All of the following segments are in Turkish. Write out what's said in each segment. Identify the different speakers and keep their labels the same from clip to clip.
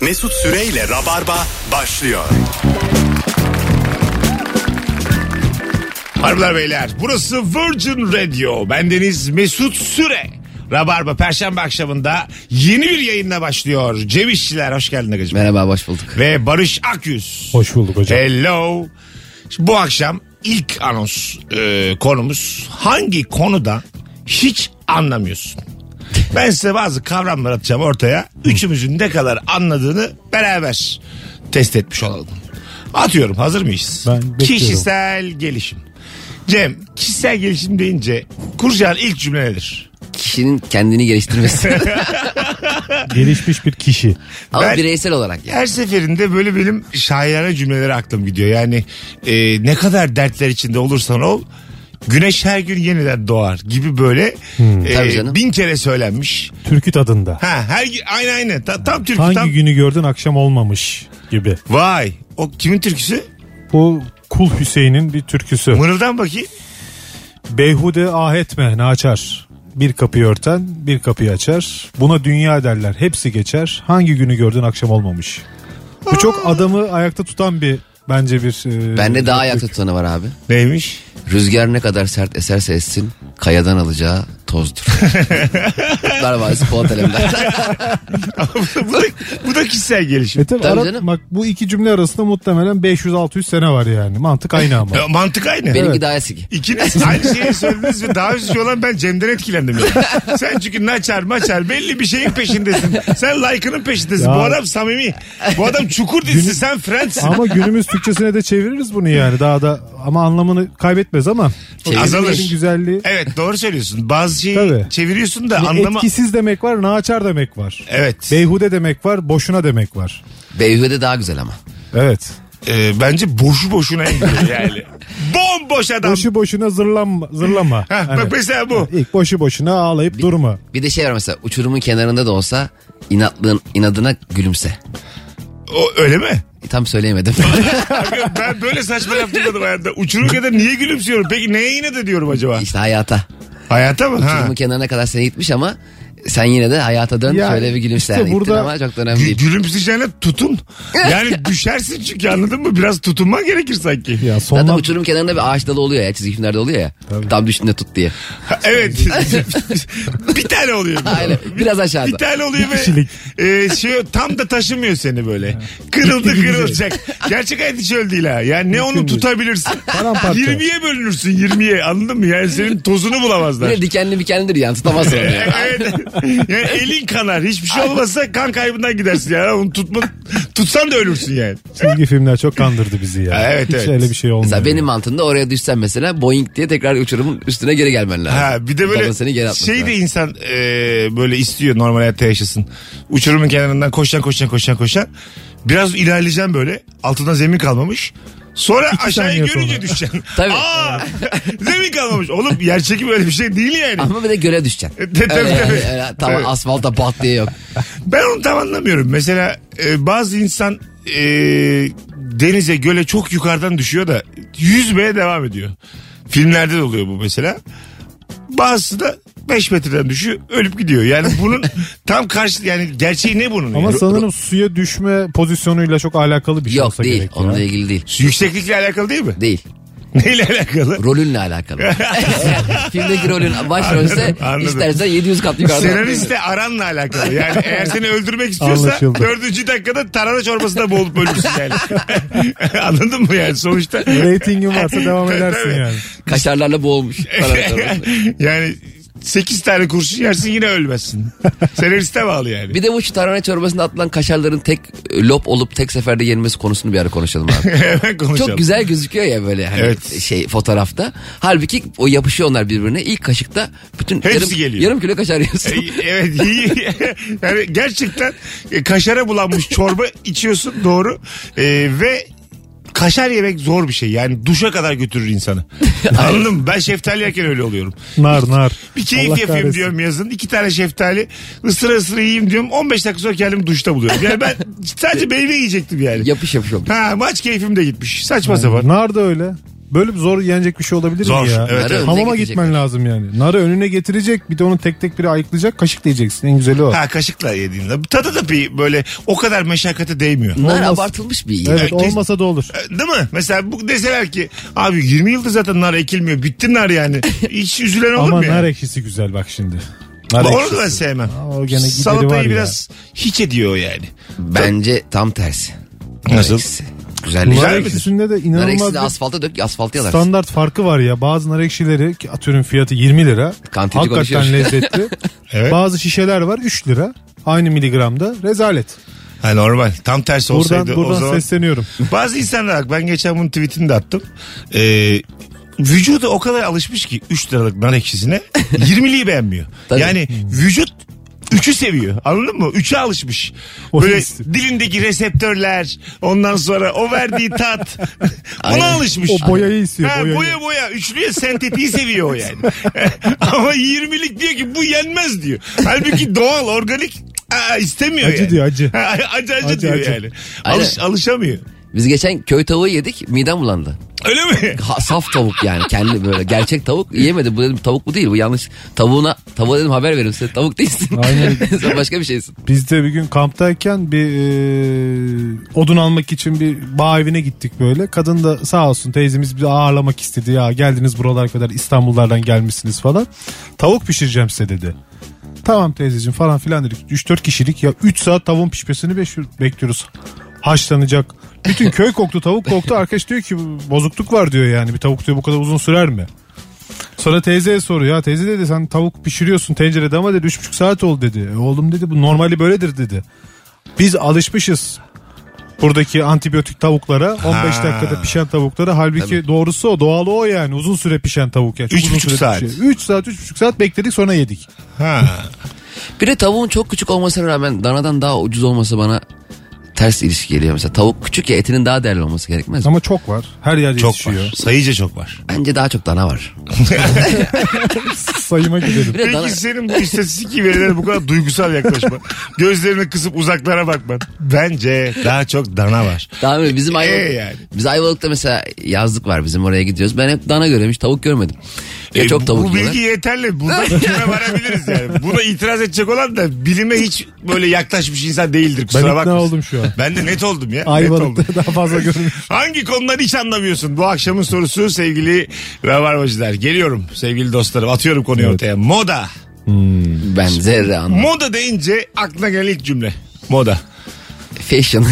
Speaker 1: Mesut Süreyle Rabarba başlıyor.
Speaker 2: Harbiler beyler burası Virgin Radio. Bendeniz Mesut Süre. Rabarba Perşembe akşamında yeni bir yayınla başlıyor. Cem İşçiler hoş geldin Agacım.
Speaker 3: Merhaba hoş bulduk.
Speaker 2: Ve Barış Akyüz.
Speaker 4: Hoş bulduk hocam.
Speaker 2: Hello. Şimdi bu akşam ilk anons e, konumuz hangi konuda hiç anlamıyorsun? Ben size bazı kavramlar atacağım ortaya. Üçümüzün ne kadar anladığını beraber test etmiş olalım. Atıyorum hazır mıyız?
Speaker 4: Ben bekliyorum.
Speaker 2: Kişisel gelişim. Cem kişisel gelişim deyince kuracağın ilk cümle nedir?
Speaker 3: Kişinin kendini geliştirmesi.
Speaker 4: Gelişmiş bir kişi.
Speaker 3: Ama
Speaker 2: Ben-
Speaker 3: bireysel olarak yani.
Speaker 2: Her seferinde böyle benim şairane cümlelere aklım gidiyor. Yani e, ne kadar dertler içinde olursan ol güneş her gün yeniden doğar gibi böyle e,
Speaker 3: Tabii canım.
Speaker 2: bin kere söylenmiş.
Speaker 4: Türkü tadında.
Speaker 2: Ha her gün- aynı aynı Ta- tam türkü
Speaker 4: Hangi
Speaker 2: tam.
Speaker 4: günü gördün akşam olmamış gibi.
Speaker 2: Vay o kimin türküsü?
Speaker 4: Bu Kul Hüseyin'in bir türküsü.
Speaker 2: Mırıldan bakayım.
Speaker 4: Beyhude ah etme naçar. Bir kapıyı örten bir kapıyı açar. Buna dünya derler hepsi geçer. Hangi günü gördün akşam olmamış. Bu çok adamı ayakta tutan bir bence bir... e,
Speaker 3: Bende daha ayakta tutanı var abi.
Speaker 2: Neymiş?
Speaker 3: Rüzgar ne kadar sert eserse essin kayadan alacağı tozdur. Kutlar Vadisi Polat Alemdar.
Speaker 2: bu, da, bu da kişisel
Speaker 4: E
Speaker 2: gelişim.
Speaker 4: tabii
Speaker 3: Tabii
Speaker 4: ara-
Speaker 3: canım.
Speaker 4: bak bu iki cümle arasında muhtemelen 500-600 sene var yani. Mantık aynı ama.
Speaker 2: Ya, Mantık aynı.
Speaker 3: Benimki daha eski.
Speaker 2: İkiniz aynı şeyi söylediniz ve daha üzücü olan ben Cem'den etkilendim. Yani. Sen çünkü naçar maçar belli bir şeyin peşindesin. Sen like'ının peşindesin.
Speaker 4: Ya.
Speaker 2: Bu adam samimi. Bu adam çukur dizisi sen Friends'sin.
Speaker 4: ama günümüz Türkçesine de çeviririz bunu yani. Daha da ama anlamını kaybetmez ama. O
Speaker 2: Şey, Azalır.
Speaker 4: kelimelerin güzelliği.
Speaker 2: Evet doğru söylüyorsun. Bazı şeyi
Speaker 4: Tabii. Hani
Speaker 2: çeviriyorsun da
Speaker 4: Ve
Speaker 2: anlamı...
Speaker 4: Etkisiz demek var, naçar demek var.
Speaker 2: Evet.
Speaker 4: Beyhude demek var, boşuna demek var.
Speaker 3: Beyhude daha güzel ama.
Speaker 4: Evet.
Speaker 2: Ee, bence boşu boşuna gidiyor yani. Bomboş adam.
Speaker 4: Boşu boşuna zırlanma. zırlama.
Speaker 2: Heh,
Speaker 4: Hani,
Speaker 2: Bak mesela bu.
Speaker 4: İlk boşu boşuna ağlayıp durma.
Speaker 3: Bir de şey var mesela uçurumun kenarında da olsa inatlığın inadına gülümse.
Speaker 2: O, öyle mi?
Speaker 3: E, Tam söyleyemedim.
Speaker 2: Abi ben böyle saçma yaptırmadım hayatta. Uçururken de niye gülümsüyorum? Peki neye yine de diyorum acaba?
Speaker 3: işte hayata.
Speaker 2: Hayata mı? Ha.
Speaker 3: Uçurumun kenarına kadar seni gitmiş ama sen yine de hayata dön
Speaker 4: Yani
Speaker 3: şöyle bir gülümse.
Speaker 4: işte
Speaker 3: Yani gittin
Speaker 4: burada-
Speaker 3: ama çok da önemli
Speaker 2: Gü-
Speaker 3: değil.
Speaker 2: E, Gülümseyeceğine tutun. Yani düşersin çünkü anladın mı? Biraz tutunman gerekir sanki.
Speaker 4: Ya
Speaker 3: Zaten
Speaker 4: sonlan...
Speaker 3: uçurum kenarında bir ağaç dalı oluyor ya çizgi filmlerde oluyor ya. Tam düşünde tut diye.
Speaker 2: Ha, Evet. bir tane oluyor.
Speaker 3: Aynen. Biraz
Speaker 2: Bir
Speaker 3: aşağıda.
Speaker 2: tane oluyor ve
Speaker 4: kişilik.
Speaker 2: e, şey, tam da taşımıyor seni böyle. Kırıldı kırılacak. Gerçek hayat hiç öyle değil ha. Yani ne onu
Speaker 4: değil.
Speaker 2: tutabilirsin.
Speaker 4: Paramparça.
Speaker 2: 20'ye bölünürsün 20'ye anladın mı? Yani senin tozunu
Speaker 3: Bir
Speaker 2: bulamazlar.
Speaker 3: de dikenli dikenlidir yani tutamazsın onu yani.
Speaker 2: evet. Yani elin kanar. Hiçbir şey olmazsa kan kaybından gidersin yani. Onu tutma, tutsan da ölürsün yani.
Speaker 4: Çizgi filmler çok kandırdı bizi ya.
Speaker 2: Ha, evet,
Speaker 4: Hiç
Speaker 2: evet.
Speaker 4: öyle bir şey olmuyor.
Speaker 3: Mesela benim mantığımda oraya düşsen mesela boing diye tekrar uçurumun üstüne geri gelmen lazım.
Speaker 2: Ha bir de
Speaker 3: Dalın
Speaker 2: böyle
Speaker 3: seni geri atması
Speaker 2: şey de
Speaker 3: lazım.
Speaker 2: insan e, böyle istiyor normal hayatta yaşasın. Uçurumun kenarından koşan koşan koşan koşan. Biraz ilerleyeceğim böyle. Altında zemin kalmamış. Sonra aşağıya
Speaker 4: saniye
Speaker 2: görünce
Speaker 4: sonra.
Speaker 2: düşeceksin.
Speaker 3: Tabii.
Speaker 2: Aa, zemin kalmamış. Oğlum yer çekimi öyle bir şey değil yani.
Speaker 3: Ama bir de göle düşeceksin.
Speaker 2: E, tabii,
Speaker 3: Öyle yani,
Speaker 2: tabii.
Speaker 3: öyle tamam
Speaker 2: Evet.
Speaker 3: asfalta bat diye yok.
Speaker 2: Ben onu tam anlamıyorum. Mesela e, bazı insan e, denize göle çok yukarıdan düşüyor da yüzmeye devam ediyor. Filmlerde de oluyor bu mesela. Bazısı da 5 metreden düşüyor ölüp gidiyor. Yani bunun tam karşı yani gerçeği ne bunun?
Speaker 4: Ama
Speaker 2: yani?
Speaker 4: sanırım suya düşme pozisyonuyla çok alakalı bir şey
Speaker 3: Yok
Speaker 4: olsa
Speaker 3: değil.
Speaker 4: gerek. ya.
Speaker 3: Onunla ilgili değil.
Speaker 2: Yükseklikle alakalı değil mi?
Speaker 3: Değil.
Speaker 2: Neyle alakalı?
Speaker 3: Rolünle alakalı. Filmdeki rolün başrolse
Speaker 2: Anladım, anladım.
Speaker 3: istersen 700 kat yukarıda.
Speaker 2: Senaristle aranla alakalı. Yani eğer seni öldürmek istiyorsa
Speaker 4: Anlaşıldı.
Speaker 2: dördüncü dakikada tarhana çorbasında boğulup ölürsün yani. Anladın mı yani sonuçta?
Speaker 4: Ratingin varsa devam
Speaker 2: Tabii,
Speaker 4: edersin
Speaker 2: tabii.
Speaker 4: yani.
Speaker 3: Kaşarlarla boğulmuş.
Speaker 2: yani 8 tane kurşun yersin yine ölmezsin. Senariste bağlı yani.
Speaker 3: bir de bu şu tarhana çorbasında atılan kaşarların tek e, lop olup tek seferde yenmesi konusunu bir ara konuşalım abi.
Speaker 2: Hemen konuşalım.
Speaker 3: Çok güzel gözüküyor ya böyle hani
Speaker 2: Evet.
Speaker 3: şey fotoğrafta. Halbuki o yapışıyor onlar birbirine. İlk kaşıkta bütün
Speaker 2: Hepsi
Speaker 3: yarım,
Speaker 2: geliyor.
Speaker 3: yarım kilo kaşar yiyorsun.
Speaker 2: E, Evet iyi. yani gerçekten e, kaşara bulanmış çorba içiyorsun doğru. E, ve kaşar yemek zor bir şey. Yani duşa kadar götürür insanı. Anladın mı? Ben şeftali yerken öyle oluyorum.
Speaker 4: Nar nar.
Speaker 2: Bir keyif
Speaker 4: Allah
Speaker 2: yapayım
Speaker 4: kahretsin.
Speaker 2: diyorum yazın. iki tane şeftali ısıra ısıra yiyeyim diyorum. 15 dakika sonra kendimi duşta buluyorum. Yani ben sadece meyve yiyecektim yani.
Speaker 3: yapış yapış olmuş.
Speaker 2: Ha maç keyfim de gitmiş. Saçma sapan.
Speaker 4: Nar da öyle. Böyle bir zor yenecek bir şey olabilir
Speaker 2: Zor,
Speaker 4: mi ya?
Speaker 2: evet,
Speaker 3: evet.
Speaker 4: Hamama
Speaker 3: Önüne
Speaker 4: gitmen lazım yani. Narı önüne getirecek bir de onu tek tek biri ayıklayacak kaşık diyeceksin. En güzeli o.
Speaker 2: Ha kaşıkla yediğinde. Tadı da bir böyle o kadar meşakkate değmiyor.
Speaker 3: Nar
Speaker 4: Olmaz.
Speaker 3: abartılmış bir yiyecek.
Speaker 4: Evet
Speaker 2: Herkes-
Speaker 4: olmasa da olur.
Speaker 2: E, Değil mi? Mesela bu deseler ki abi 20 yıldır zaten nar ekilmiyor. Bitti nar yani. Hiç üzülen olur
Speaker 4: Ama
Speaker 2: mu yani?
Speaker 4: nar ekşisi güzel bak şimdi. Nar
Speaker 2: Ama onu
Speaker 4: ekşisi.
Speaker 2: da ben sevmem.
Speaker 4: Aa, o gene gideri var
Speaker 2: Salatayı
Speaker 4: ya.
Speaker 2: biraz hiç ediyor yani.
Speaker 3: Bence tam tersi.
Speaker 2: Nasıl?
Speaker 3: Güzel
Speaker 4: Nar
Speaker 3: güzel.
Speaker 4: ekşisinde de
Speaker 3: Nar
Speaker 4: inanılmaz
Speaker 3: ekşisini
Speaker 4: bir
Speaker 3: asfalta dök asfalta
Speaker 2: şey
Speaker 3: yalar.
Speaker 4: standart farkı var ya. Bazı nar ekşileri ki atıyorum fiyatı 20 lira.
Speaker 3: Kantinci konuşuyor.
Speaker 4: Hakikaten lezzetli.
Speaker 2: Evet.
Speaker 4: Bazı şişeler var 3 lira. Aynı miligramda rezalet.
Speaker 2: Ha, normal. Tam tersi
Speaker 4: Buradan,
Speaker 2: olsaydı
Speaker 4: buradan
Speaker 2: o zaman.
Speaker 4: sesleniyorum.
Speaker 2: Bazı insanlar bak ben geçen bunun tweetini de attım. Ee, vücudu o kadar alışmış ki 3 liralık nar ekşisine 20'liyi beğenmiyor.
Speaker 3: Tabii.
Speaker 2: Yani vücut 3'ü seviyor. Anladın mı? 3'e alışmış.
Speaker 4: O
Speaker 2: Böyle
Speaker 4: istiyor.
Speaker 2: dilindeki reseptörler ondan sonra o verdiği tat buna
Speaker 3: Aynen.
Speaker 2: alışmış.
Speaker 4: O boyayı istiyor.
Speaker 2: Ha,
Speaker 4: boyayı.
Speaker 2: boya boya. Üçlüye sentetiği seviyor o yani. Ama 20'lik diyor ki bu yenmez diyor. Halbuki doğal, organik aa, istemiyor
Speaker 4: Acı
Speaker 2: yani.
Speaker 4: diyor, acı.
Speaker 2: Ha, acı, acı
Speaker 4: Acı,
Speaker 2: diyor
Speaker 4: acı.
Speaker 2: yani. Alış, alışamıyor.
Speaker 3: Biz geçen köy tavuğu yedik midem bulandı.
Speaker 2: Öyle mi?
Speaker 3: Ha- saf tavuk yani kendi böyle gerçek tavuk yemedi. Bu dedim tavuk bu değil bu yanlış. Tavuğuna tavuğa dedim haber verim sen tavuk değilsin.
Speaker 4: Aynen.
Speaker 3: sen başka bir şeysin.
Speaker 4: Biz de bir gün kamptayken bir e, odun almak için bir bağ evine gittik böyle. Kadın da sağ olsun teyzemiz bizi ağırlamak istedi. Ya geldiniz buralar kadar İstanbullardan gelmişsiniz falan. Tavuk pişireceğim size dedi. Tamam teyzeciğim falan filan dedik. 3-4 kişilik ya 3 saat tavuğun pişmesini beş- bekliyoruz. Haşlanacak. Bütün köy koktu tavuk koktu. Arkadaş diyor ki bozukluk var diyor yani. Bir tavuk diyor bu kadar uzun sürer mi? Sonra teyzeye soruyor. Ya teyze dedi sen tavuk pişiriyorsun tencerede ama dedi 3,5 saat oldu dedi. E, oğlum dedi bu normali böyledir dedi. Biz alışmışız buradaki antibiyotik tavuklara 15
Speaker 2: Ha.
Speaker 4: dakikada pişen tavuklara halbuki doğrusu o doğalı o yani uzun süre pişen tavuk yani. Çok
Speaker 2: Üç
Speaker 4: uzun
Speaker 2: buçuk
Speaker 4: süre
Speaker 2: saat.
Speaker 4: pişiyor. 3 saat 3,5 saat bekledik sonra yedik.
Speaker 2: Ha.
Speaker 3: Bir de tavuğun çok küçük olmasına rağmen danadan daha ucuz olması bana ters ilişki geliyor. Mesela tavuk küçük ya etinin daha değerli olması gerekmez mi?
Speaker 4: Ama çok var. Her yerde
Speaker 2: Çok
Speaker 4: yetişiyor.
Speaker 2: var. Sayıca çok var.
Speaker 3: Bence daha çok dana var.
Speaker 4: Sayıma gidelim.
Speaker 3: Bir de dana,
Speaker 2: Peki senin bu istatistik gibi verilere bu kadar duygusal yaklaşma. Gözlerini kısıp uzaklara bakman. Bence daha çok dana var.
Speaker 3: daha böyle bizim Ayvalık,
Speaker 2: Ee yani.
Speaker 3: biz Ayvalık'ta mesela yazlık var bizim oraya gidiyoruz. Ben hep dana görüyorum hiç tavuk görmedim. Ya
Speaker 2: E,
Speaker 3: çok
Speaker 2: bu-
Speaker 3: tavuk
Speaker 2: Bu
Speaker 3: yiyorlar.
Speaker 2: bilgi yeterli. Buradan bilime varabiliriz yani. Buna itiraz edecek olan da bilime hiç böyle yaklaşmış insan değildir. Kusura
Speaker 4: Ben ikna
Speaker 2: bakmasın.
Speaker 4: oldum şu an.
Speaker 2: Ben de net oldum ya. Net oldum.
Speaker 4: Ayvalık'ta daha fazla görünüyor.
Speaker 2: Hangi konuları hiç anlamıyorsun? Bu akşamın sorusu sevgili Rabarbacılar. Geliyorum sevgili dostlarım. Atıyorum konuyu ortaya. Moda.
Speaker 3: Ben zerre anlamam.
Speaker 2: Moda deyince aklına gelen ilk cümle. Moda.
Speaker 3: Fashion.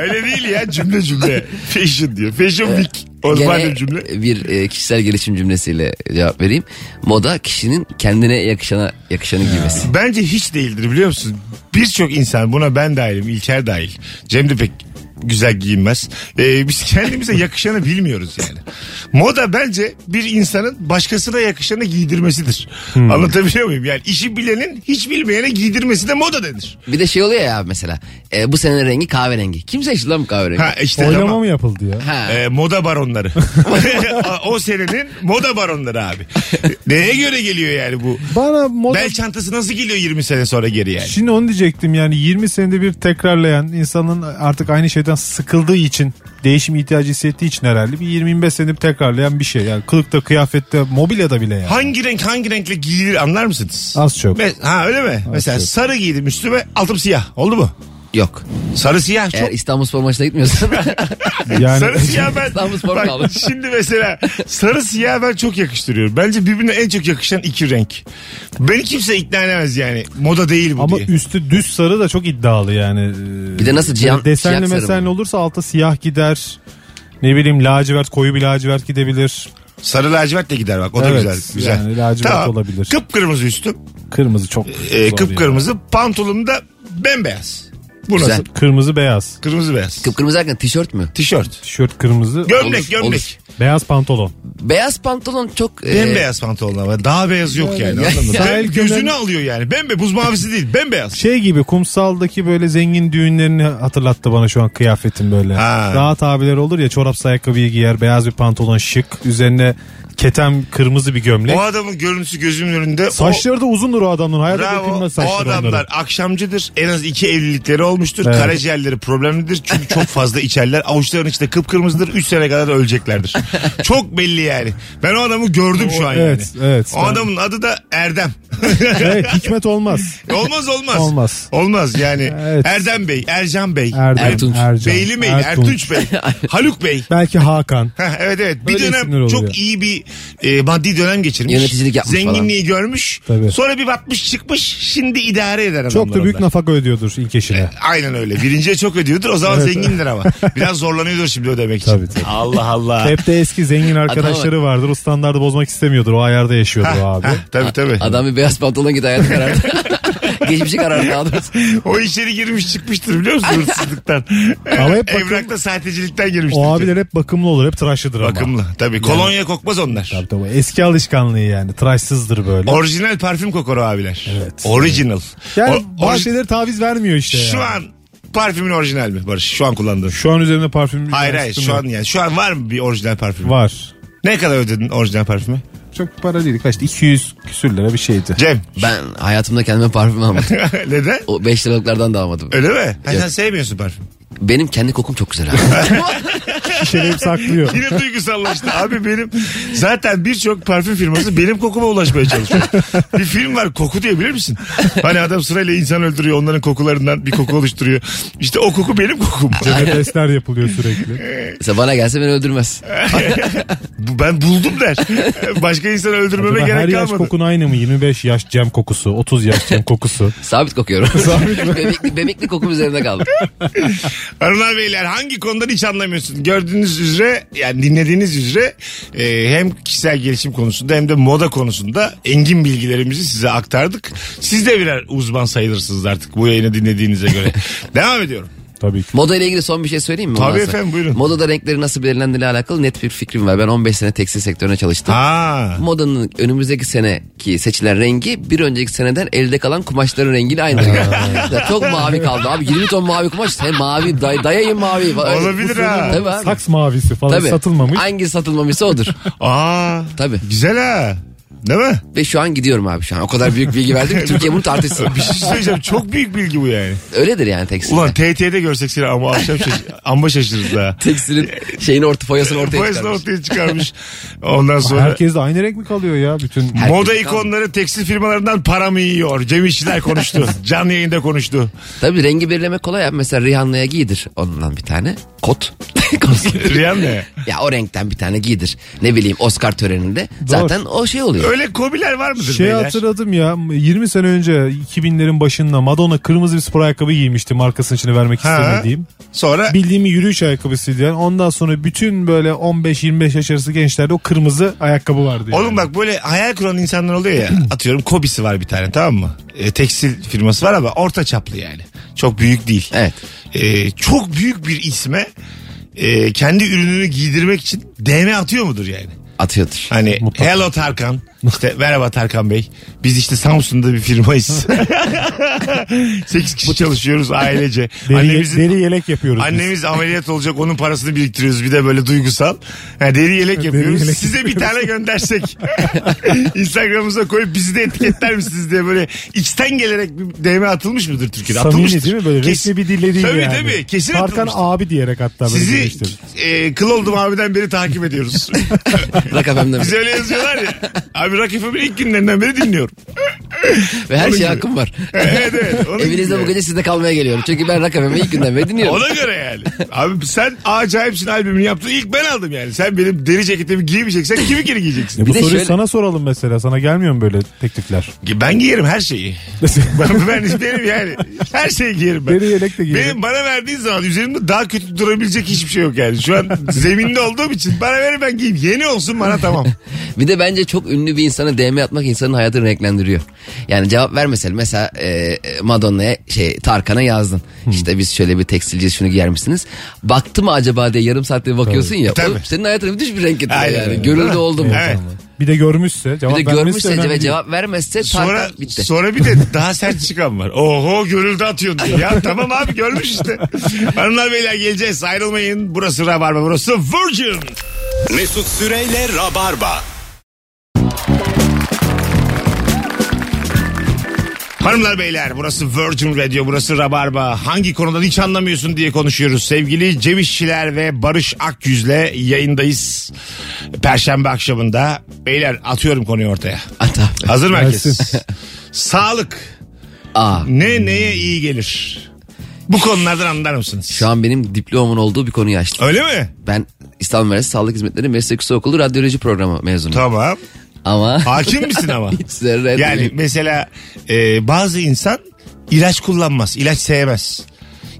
Speaker 2: Öyle değil ya cümle cümle. Fashion diyor. Fashion week. O zaman
Speaker 3: Gene
Speaker 2: da cümle.
Speaker 3: bir e, kişisel gelişim cümlesiyle cevap vereyim. Moda kişinin kendine yakışana yakışanı giymesi.
Speaker 2: Bence hiç değildir biliyor musun? Birçok insan buna ben dahilim İlker dahil. Cem de pek güzel giyinmez. Ee, biz kendimize yakışanı bilmiyoruz yani. Moda bence bir insanın başkasına yakışanı giydirmesidir. Anlatabiliyor muyum? Yani işi bilenin hiç bilmeyene giydirmesi de moda denir.
Speaker 3: Bir de şey oluyor ya mesela. e, bu sene rengi kahverengi. Kim seçti lan bu kahverengi?
Speaker 2: Ha işte
Speaker 4: Oylama
Speaker 2: tamam.
Speaker 4: mı yapıldı ya?
Speaker 3: Ha.
Speaker 2: Ee, moda baronları. o senenin moda baronları abi. Neye göre geliyor yani bu?
Speaker 4: Bana moda...
Speaker 2: Bel çantası nasıl geliyor 20 sene sonra geri yani?
Speaker 4: Şimdi onu diyecektim yani 20 senede bir tekrarlayan insanın artık aynı şeyden sıkıldığı için değişim ihtiyacı hissettiği için herhalde bir 20-25 senede bir tekrarlayan bir şey. Yani kılıkta, kıyafette, mobilyada bile yani.
Speaker 2: Hangi renk hangi renkle giyilir anlar mısınız?
Speaker 4: Az çok.
Speaker 2: Me- ha öyle mi? Mesela
Speaker 4: çok.
Speaker 2: sarı giydim üstüme altım siyah. Oldu mu?
Speaker 3: Yok.
Speaker 2: Sarı siyah çok.
Speaker 3: Eğer İstanbul Spor maçına gitmiyorsan
Speaker 4: Er- Yani
Speaker 2: Sarı siyah ben.
Speaker 3: İstanbul Spor
Speaker 2: Bak,
Speaker 3: kaldı.
Speaker 2: şimdi mesela sarı siyah ben çok yakıştırıyorum. Bence birbirine en çok yakışan iki renk. Beni kimse ikna edemez yani. Moda değil bu
Speaker 4: ama
Speaker 2: diye.
Speaker 4: üstü düz sarı da çok iddialı yani. Ee, hani
Speaker 3: Bir de nasıl cihan- siyah
Speaker 4: Desenli
Speaker 3: sarı
Speaker 4: mesenli
Speaker 3: mı?
Speaker 4: olursa alta siyah gider. Ne bileyim lacivert koyu bir lacivert gidebilir.
Speaker 2: Sarı lacivert de gider bak. O da
Speaker 4: Evet,
Speaker 2: güzel. güzel.
Speaker 4: yani lacivert olabilir.
Speaker 2: Kıpkırmızı üstüm.
Speaker 4: Kırmızı çok.
Speaker 2: e,
Speaker 4: zor
Speaker 2: kıpkırmızı. Pantolonum da bembeyaz. Bu
Speaker 3: Güzel.
Speaker 2: nasıl?
Speaker 4: yani. Kırmızı beyaz.
Speaker 2: Kırmızı beyaz.
Speaker 3: kıpkırmızı derken tişört mü?
Speaker 2: Tişört.
Speaker 4: Tişört kırmızı.
Speaker 2: Gömlek
Speaker 3: Olur,
Speaker 2: gömlek.
Speaker 3: olur.
Speaker 4: beyaz pantolon.
Speaker 3: Beyaz pantolon çok... e,
Speaker 4: Ee,
Speaker 2: Bembeyaz pantolon ama daha beyaz yok yani.
Speaker 3: Ya-
Speaker 2: anladın mı?
Speaker 4: Sahil
Speaker 2: Bem- Gözünü
Speaker 4: kenarı-
Speaker 2: alıyor yani. Bembe buz mavisi değil. Bembeyaz.
Speaker 4: Şey gibi kumsaldaki böyle zengin düğünlerini hatırlattı bana şu an kıyafetim böyle.
Speaker 2: Ha.
Speaker 4: Rahat abiler olur ya çorapsız ayakkabıyı giyer beyaz bir pantolon şık üzerine ketem kırmızı bir gömlek.
Speaker 2: O adamın görüntüsü gözümün önünde.
Speaker 4: Saçları da uzundur o adamın.
Speaker 2: o,
Speaker 4: Hayata
Speaker 2: bravo,
Speaker 4: dökülmez
Speaker 2: o
Speaker 4: saçları
Speaker 2: adamlar
Speaker 4: onların.
Speaker 2: akşamcıdır. En az iki evlilikleri olmuştur.
Speaker 4: Evet.
Speaker 2: Karaciğerleri problemlidir. Çünkü çok fazla içerler. Avuçların içi de kıpkırmızıdır. Üç sene kadar da öleceklerdir. çok belli yani. Ben o adamı gördüm şu an
Speaker 4: Evet,
Speaker 2: yani.
Speaker 4: evet.
Speaker 2: O adamın adı da Erdem.
Speaker 4: Evet, hikmet olmaz.
Speaker 2: Olmaz olmaz.
Speaker 4: Olmaz.
Speaker 2: Olmaz yani.
Speaker 4: Evet.
Speaker 2: Erdem Bey, Ercan Bey.
Speaker 4: Erdem,
Speaker 3: Ertunç.
Speaker 4: Ercan,
Speaker 2: Beyli Bey, Ertunç Bey, Haluk Bey.
Speaker 4: Belki Hakan.
Speaker 2: Heh, evet evet bir
Speaker 4: Öyle isimler
Speaker 2: dönem
Speaker 4: oluyor.
Speaker 2: çok iyi bir e, maddi dönem geçirmiş.
Speaker 3: Yöneticilik yapmış
Speaker 2: Zenginliği görmüş.
Speaker 4: Tabii.
Speaker 2: Sonra bir batmış çıkmış. Şimdi idare eder adamlar.
Speaker 4: Çok da büyük
Speaker 2: onlar.
Speaker 4: nafaka ödüyordur ilk eşine.
Speaker 2: Aynen öyle. Birinciye çok ödüyordur. O zaman zengindir ama. Biraz zorlanıyordur şimdi ödemek için.
Speaker 4: Tabii, tabii.
Speaker 2: Allah Allah.
Speaker 4: Hep de eski zengin arkadaşları vardır. O standardı bozmak istemiyordur. O ayarda yaşıyordur o abi.
Speaker 2: Heh, tabii tabii.
Speaker 3: Adam bir beyaz pantolon giydi hayatı karardı. Geçmişi karardı daha doğrusu.
Speaker 2: O içeri girmiş çıkmıştır biliyor musun hırsızlıktan.
Speaker 4: Ama hep bakım-
Speaker 2: Evrakta sahtecilikten girmiştir.
Speaker 4: O abiler hep bakımlı olur. Hep tıraşlıdır ama.
Speaker 2: şey. Bakımlı. Tabii kolonya kokmaz onlar.
Speaker 4: Tabii tabii. Eski alışkanlığı yani. Tıraşsızdır böyle.
Speaker 2: Orijinal parfüm kokar o abiler. Original.
Speaker 4: yani
Speaker 2: O-
Speaker 4: bazı
Speaker 2: orji-
Speaker 4: şeyleri taviz vermiyor işte.
Speaker 2: Şu
Speaker 4: yani.
Speaker 2: an parfümün orijinal mi Barış? Şu an kullandığın.
Speaker 4: Şu an üzerinde parfüm.
Speaker 2: Hayır hayır
Speaker 4: sıkıntı
Speaker 2: şu
Speaker 4: yok.
Speaker 2: an yani. Şu an var mı bir orijinal parfüm?
Speaker 4: Var.
Speaker 2: Ne kadar ödedin orijinal parfümü?
Speaker 4: Çok para değil. Kaçtı? 200 küsür lira bir şeydi.
Speaker 2: Cem.
Speaker 3: Ben hayatımda kendime parfüm almadım.
Speaker 2: Neden?
Speaker 3: O 5 liralıklardan da almadım.
Speaker 2: Öyle mi? Ha, sen
Speaker 3: Yok.
Speaker 2: sevmiyorsun parfüm.
Speaker 3: Benim kendi kokum çok güzel abi.
Speaker 4: Şişeleri hep saklıyor.
Speaker 2: Yine duygusallaştı. Abi benim zaten birçok parfüm firması benim kokuma ulaşmaya çalışıyor. bir film var koku diye bilir misin? Hani adam sırayla insan öldürüyor onların kokularından bir koku oluşturuyor. İşte o koku benim kokum.
Speaker 4: Nefesler yapılıyor sürekli.
Speaker 3: Mesela bana gelse beni öldürmez.
Speaker 2: Bu- ben buldum der. Başka insan öldürmeme
Speaker 4: Acaba her
Speaker 2: gerek
Speaker 4: yaş
Speaker 2: kalmadı.
Speaker 4: kokun aynı mı? 25 yaş cem kokusu, 30 yaş cem kokusu.
Speaker 3: Sabit kokuyorum. bemikli, bemikli kokum üzerinde kaldı.
Speaker 2: Hanımlar beyler hangi konudan hiç anlamıyorsun? Gördüğünüz üzere yani dinlediğiniz üzere e, hem kişisel gelişim konusunda hem de moda konusunda engin bilgilerimizi size aktardık. Siz de birer uzman sayılırsınız artık bu yayını dinlediğinize göre. Devam ediyorum.
Speaker 4: Tabii ki.
Speaker 3: Moda ile ilgili son bir şey söyleyeyim mi?
Speaker 2: Tabii
Speaker 3: Ondan sonra-
Speaker 2: efendim, buyurun.
Speaker 3: Modada renkleri nasıl belirlendiğiyle alakalı net bir fikrim var. Ben 15 sene tekstil sektörüne çalıştım.
Speaker 2: Ha.
Speaker 3: Modanın önümüzdeki seneki seçilen rengi bir önceki seneden elde kalan kumaşların rengiyle aynı. Ya çok mavi kaldı abi. 20 ton mavi kumaş. He mavi day, dayayım mavi.
Speaker 2: Olabilir ha.
Speaker 3: Tabii abi.
Speaker 4: Saks mavisi falan
Speaker 3: Tabii.
Speaker 4: satılmamış.
Speaker 3: Hangisi satılmamışsa odur.
Speaker 2: Aa.
Speaker 3: Tabii.
Speaker 2: Güzel ha. Değil mi?
Speaker 3: Ve şu an gidiyorum abi şu an. O kadar büyük bilgi verdim ki Türkiye bunu tartışsın.
Speaker 2: Bir şey söyleyeceğim. Çok büyük bilgi bu yani.
Speaker 3: Öyledir yani tekstil.
Speaker 2: Ulan TT'de görsek seni ama akşam şaş amba şaşırırız ha.
Speaker 3: Tekstilin şeyin orta foyasını ortaya
Speaker 2: Boyasını
Speaker 3: çıkarmış.
Speaker 2: ortaya çıkarmış. Ondan sonra.
Speaker 4: Herkes de aynı renk mi kalıyor ya bütün?
Speaker 3: Herkes
Speaker 2: Moda
Speaker 3: kaldı.
Speaker 2: ikonları tekstil firmalarından para mı yiyor? Cem İşçiler konuştu. Canlı yayında konuştu.
Speaker 3: Tabii rengi belirlemek kolay abi. Mesela Rihanna'ya giydir ondan bir tane. Kot.
Speaker 2: Riyan ne?
Speaker 3: ya o renkten bir tane giydir. Ne bileyim Oscar töreninde. Zaten o şey oluyor.
Speaker 2: Öyle kobiler var mıdır
Speaker 4: Şey
Speaker 2: beyler?
Speaker 4: hatırladım ya 20 sene önce 2000'lerin başında Madonna kırmızı bir spor ayakkabı giymişti markasının içine vermek
Speaker 2: Ha.
Speaker 4: istemediğim.
Speaker 2: Sonra
Speaker 4: Bildiğimi yürüyüş ayakkabısıydı yani. Ondan sonra bütün böyle 15-25 yaş arası gençlerde o kırmızı ayakkabı vardı. yani.
Speaker 2: Oğlum bak böyle hayal kuran insanlar oluyor ya. Atıyorum Kobisi var bir tane tamam mı? E, tekstil firması var ama orta çaplı yani. Çok büyük değil.
Speaker 3: Evet.
Speaker 2: E, çok büyük bir isme e, kendi ürününü giydirmek için DM atıyor mudur yani?
Speaker 3: Atıyordur.
Speaker 2: Hani
Speaker 4: Mutlaka.
Speaker 2: hello Tarkan. İşte merhaba Tarkan Bey. Biz işte Samsun'da bir firmayız. 8 kişi çalışıyoruz ailece.
Speaker 4: Deri,
Speaker 2: Annemizin-
Speaker 4: deri yelek yapıyoruz biz.
Speaker 2: Annemiz ameliyat olacak onun parasını biriktiriyoruz bir de böyle duygusal. Ha, deri yelek yapıyoruz.
Speaker 4: yelek
Speaker 2: Size bir tane göndersek Instagram'ımıza koyup bizi de etiketler misiniz diye böyle içten gelerek bir DM atılmış mıdır Türkiye'de?
Speaker 4: Samimi
Speaker 2: Atılmıştır.
Speaker 4: değil mi böyle
Speaker 2: Kesin-
Speaker 4: resmi bir dille değil
Speaker 2: tabii,
Speaker 4: yani.
Speaker 2: Tabii kesin
Speaker 4: Tarkan
Speaker 2: atılmıştır.
Speaker 4: abi diyerek hatta böyle
Speaker 2: Sizi
Speaker 4: girmiştir.
Speaker 2: e, kıl oldum abiden beri takip ediyoruz.
Speaker 3: Rock FM'de.
Speaker 2: Bize öyle yazıyorlar ya. Abi Rock FM'in ilk günlerinden beri dinliyorum.
Speaker 3: Ve her
Speaker 2: Onun
Speaker 3: şeye
Speaker 2: gibi.
Speaker 3: hakkım var.
Speaker 2: evet evet. onun
Speaker 3: Evinizde
Speaker 2: gibi.
Speaker 3: bu gece sizde kalmaya geliyorum. Çünkü ben Rock FM'i ilk günden beri dinliyorum.
Speaker 2: Ona göre yani. Abi sen acayipsin albümünü yaptın. İlk ben aldım yani. Sen benim deri ceketimi giyemeyeceksen kimi geri giyeceksin?
Speaker 4: Bu
Speaker 3: de
Speaker 4: soruyu
Speaker 3: şöyle-
Speaker 4: sana soralım mesela. Sana gelmiyor mu böyle teklifler?
Speaker 2: Ben giyerim her şeyi. ben, ben benim yani her şeyi giyerim ben.
Speaker 4: Deri yelek de giyerim.
Speaker 2: Benim bana verdiğin zaman üzerimde daha kötü durabilecek hiçbir şey yok yani. Şu an zeminde olduğum için bana verin ben giyeyim. Yeni olsun bana tamam.
Speaker 3: Bir de bence çok ünlü bir insana DM atmak insanın hayatını renklendiriyor. Yani cevap vermesen mesela e, Madonna'ya şey Tarkan'a yazdın.
Speaker 2: Hmm.
Speaker 3: İşte biz şöyle bir tekstilciyiz şunu giyer misiniz? Baktı mı acaba diye yarım saatte bir bakıyorsun ya.
Speaker 2: Tabii.
Speaker 3: o senin hayatına müthiş bir renk getiriyor
Speaker 2: Aynen
Speaker 3: yani.
Speaker 2: öyle.
Speaker 3: Görüldü oldu mu?
Speaker 2: Evet.
Speaker 4: Bir de görmüşse cevap
Speaker 3: Bir de
Speaker 4: vermezse
Speaker 3: görmüşse
Speaker 4: önemli
Speaker 3: ve
Speaker 4: değil.
Speaker 3: cevap vermezse Tarkan
Speaker 2: Sonra
Speaker 3: bitti.
Speaker 2: sonra bir de daha sert çıkan var. Oho görüldü atıyorsun diye. Ya tamam abi görmüş işte. Hanımlar beyler geleceğiz ayrılmayın. Burası Rabarba burası Virgin.
Speaker 1: Mesut Süreyle Rabarba.
Speaker 2: Hanımlar beyler burası Virgin Radio burası Rabarba. Hangi konudan hiç anlamıyorsun diye konuşuyoruz. Sevgili Cem İşçiler ve Barış Akyüz'le yayındayız. Perşembe akşamında. Beyler atıyorum konuyu ortaya.
Speaker 3: At abi.
Speaker 2: Hazır mı herkes?
Speaker 4: Gelsin.
Speaker 2: Sağlık.
Speaker 3: Aa,
Speaker 2: Ne neye iyi gelir? Bu konulardan anlar mısınız?
Speaker 3: şu an benim diplomamın olduğu bir konuyu açtım.
Speaker 2: Öyle mi?
Speaker 3: Ben İstanbul Üniversitesi Sağlık Hizmetleri Meslek Üstü Okulu Radyoloji Programı mezunuyum.
Speaker 2: Tamam.
Speaker 3: Ama
Speaker 2: Hakim misin ama?
Speaker 3: hiç zerre
Speaker 2: Yani
Speaker 3: değilim.
Speaker 2: mesela e, bazı insan ilaç kullanmaz, ilaç sevmez.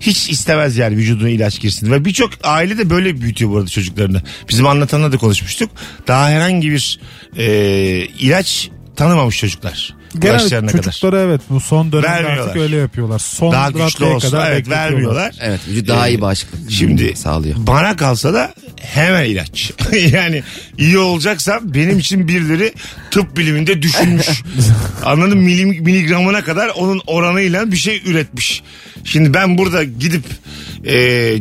Speaker 2: Hiç istemez yani vücuduna ilaç girsin. Ve birçok aile de böyle büyütüyor bu arada çocuklarını. Bizim anlatanla da konuşmuştuk. Daha herhangi bir e, ilaç tanımamış çocuklar.
Speaker 4: Genel
Speaker 2: Yaşlarına kadar.
Speaker 4: çocuklara evet bu son dönemde
Speaker 2: Vermiyorlar.
Speaker 4: artık öyle yapıyorlar. Son
Speaker 2: Daha güçlü
Speaker 4: raddeye
Speaker 2: olsun.
Speaker 4: kadar
Speaker 2: Evet
Speaker 4: bekletiyorlar.
Speaker 2: vermiyorlar.
Speaker 3: Evet vücut daha iyi bağışıklık
Speaker 2: Şimdi
Speaker 3: sağlıyor.
Speaker 2: bana kalsa da hemen ilaç. yani iyi olacaksam benim için birileri tıp biliminde düşünmüş. Anladın mı? Milim, miligramına kadar onun oranıyla bir şey üretmiş. Şimdi ben burada gidip e,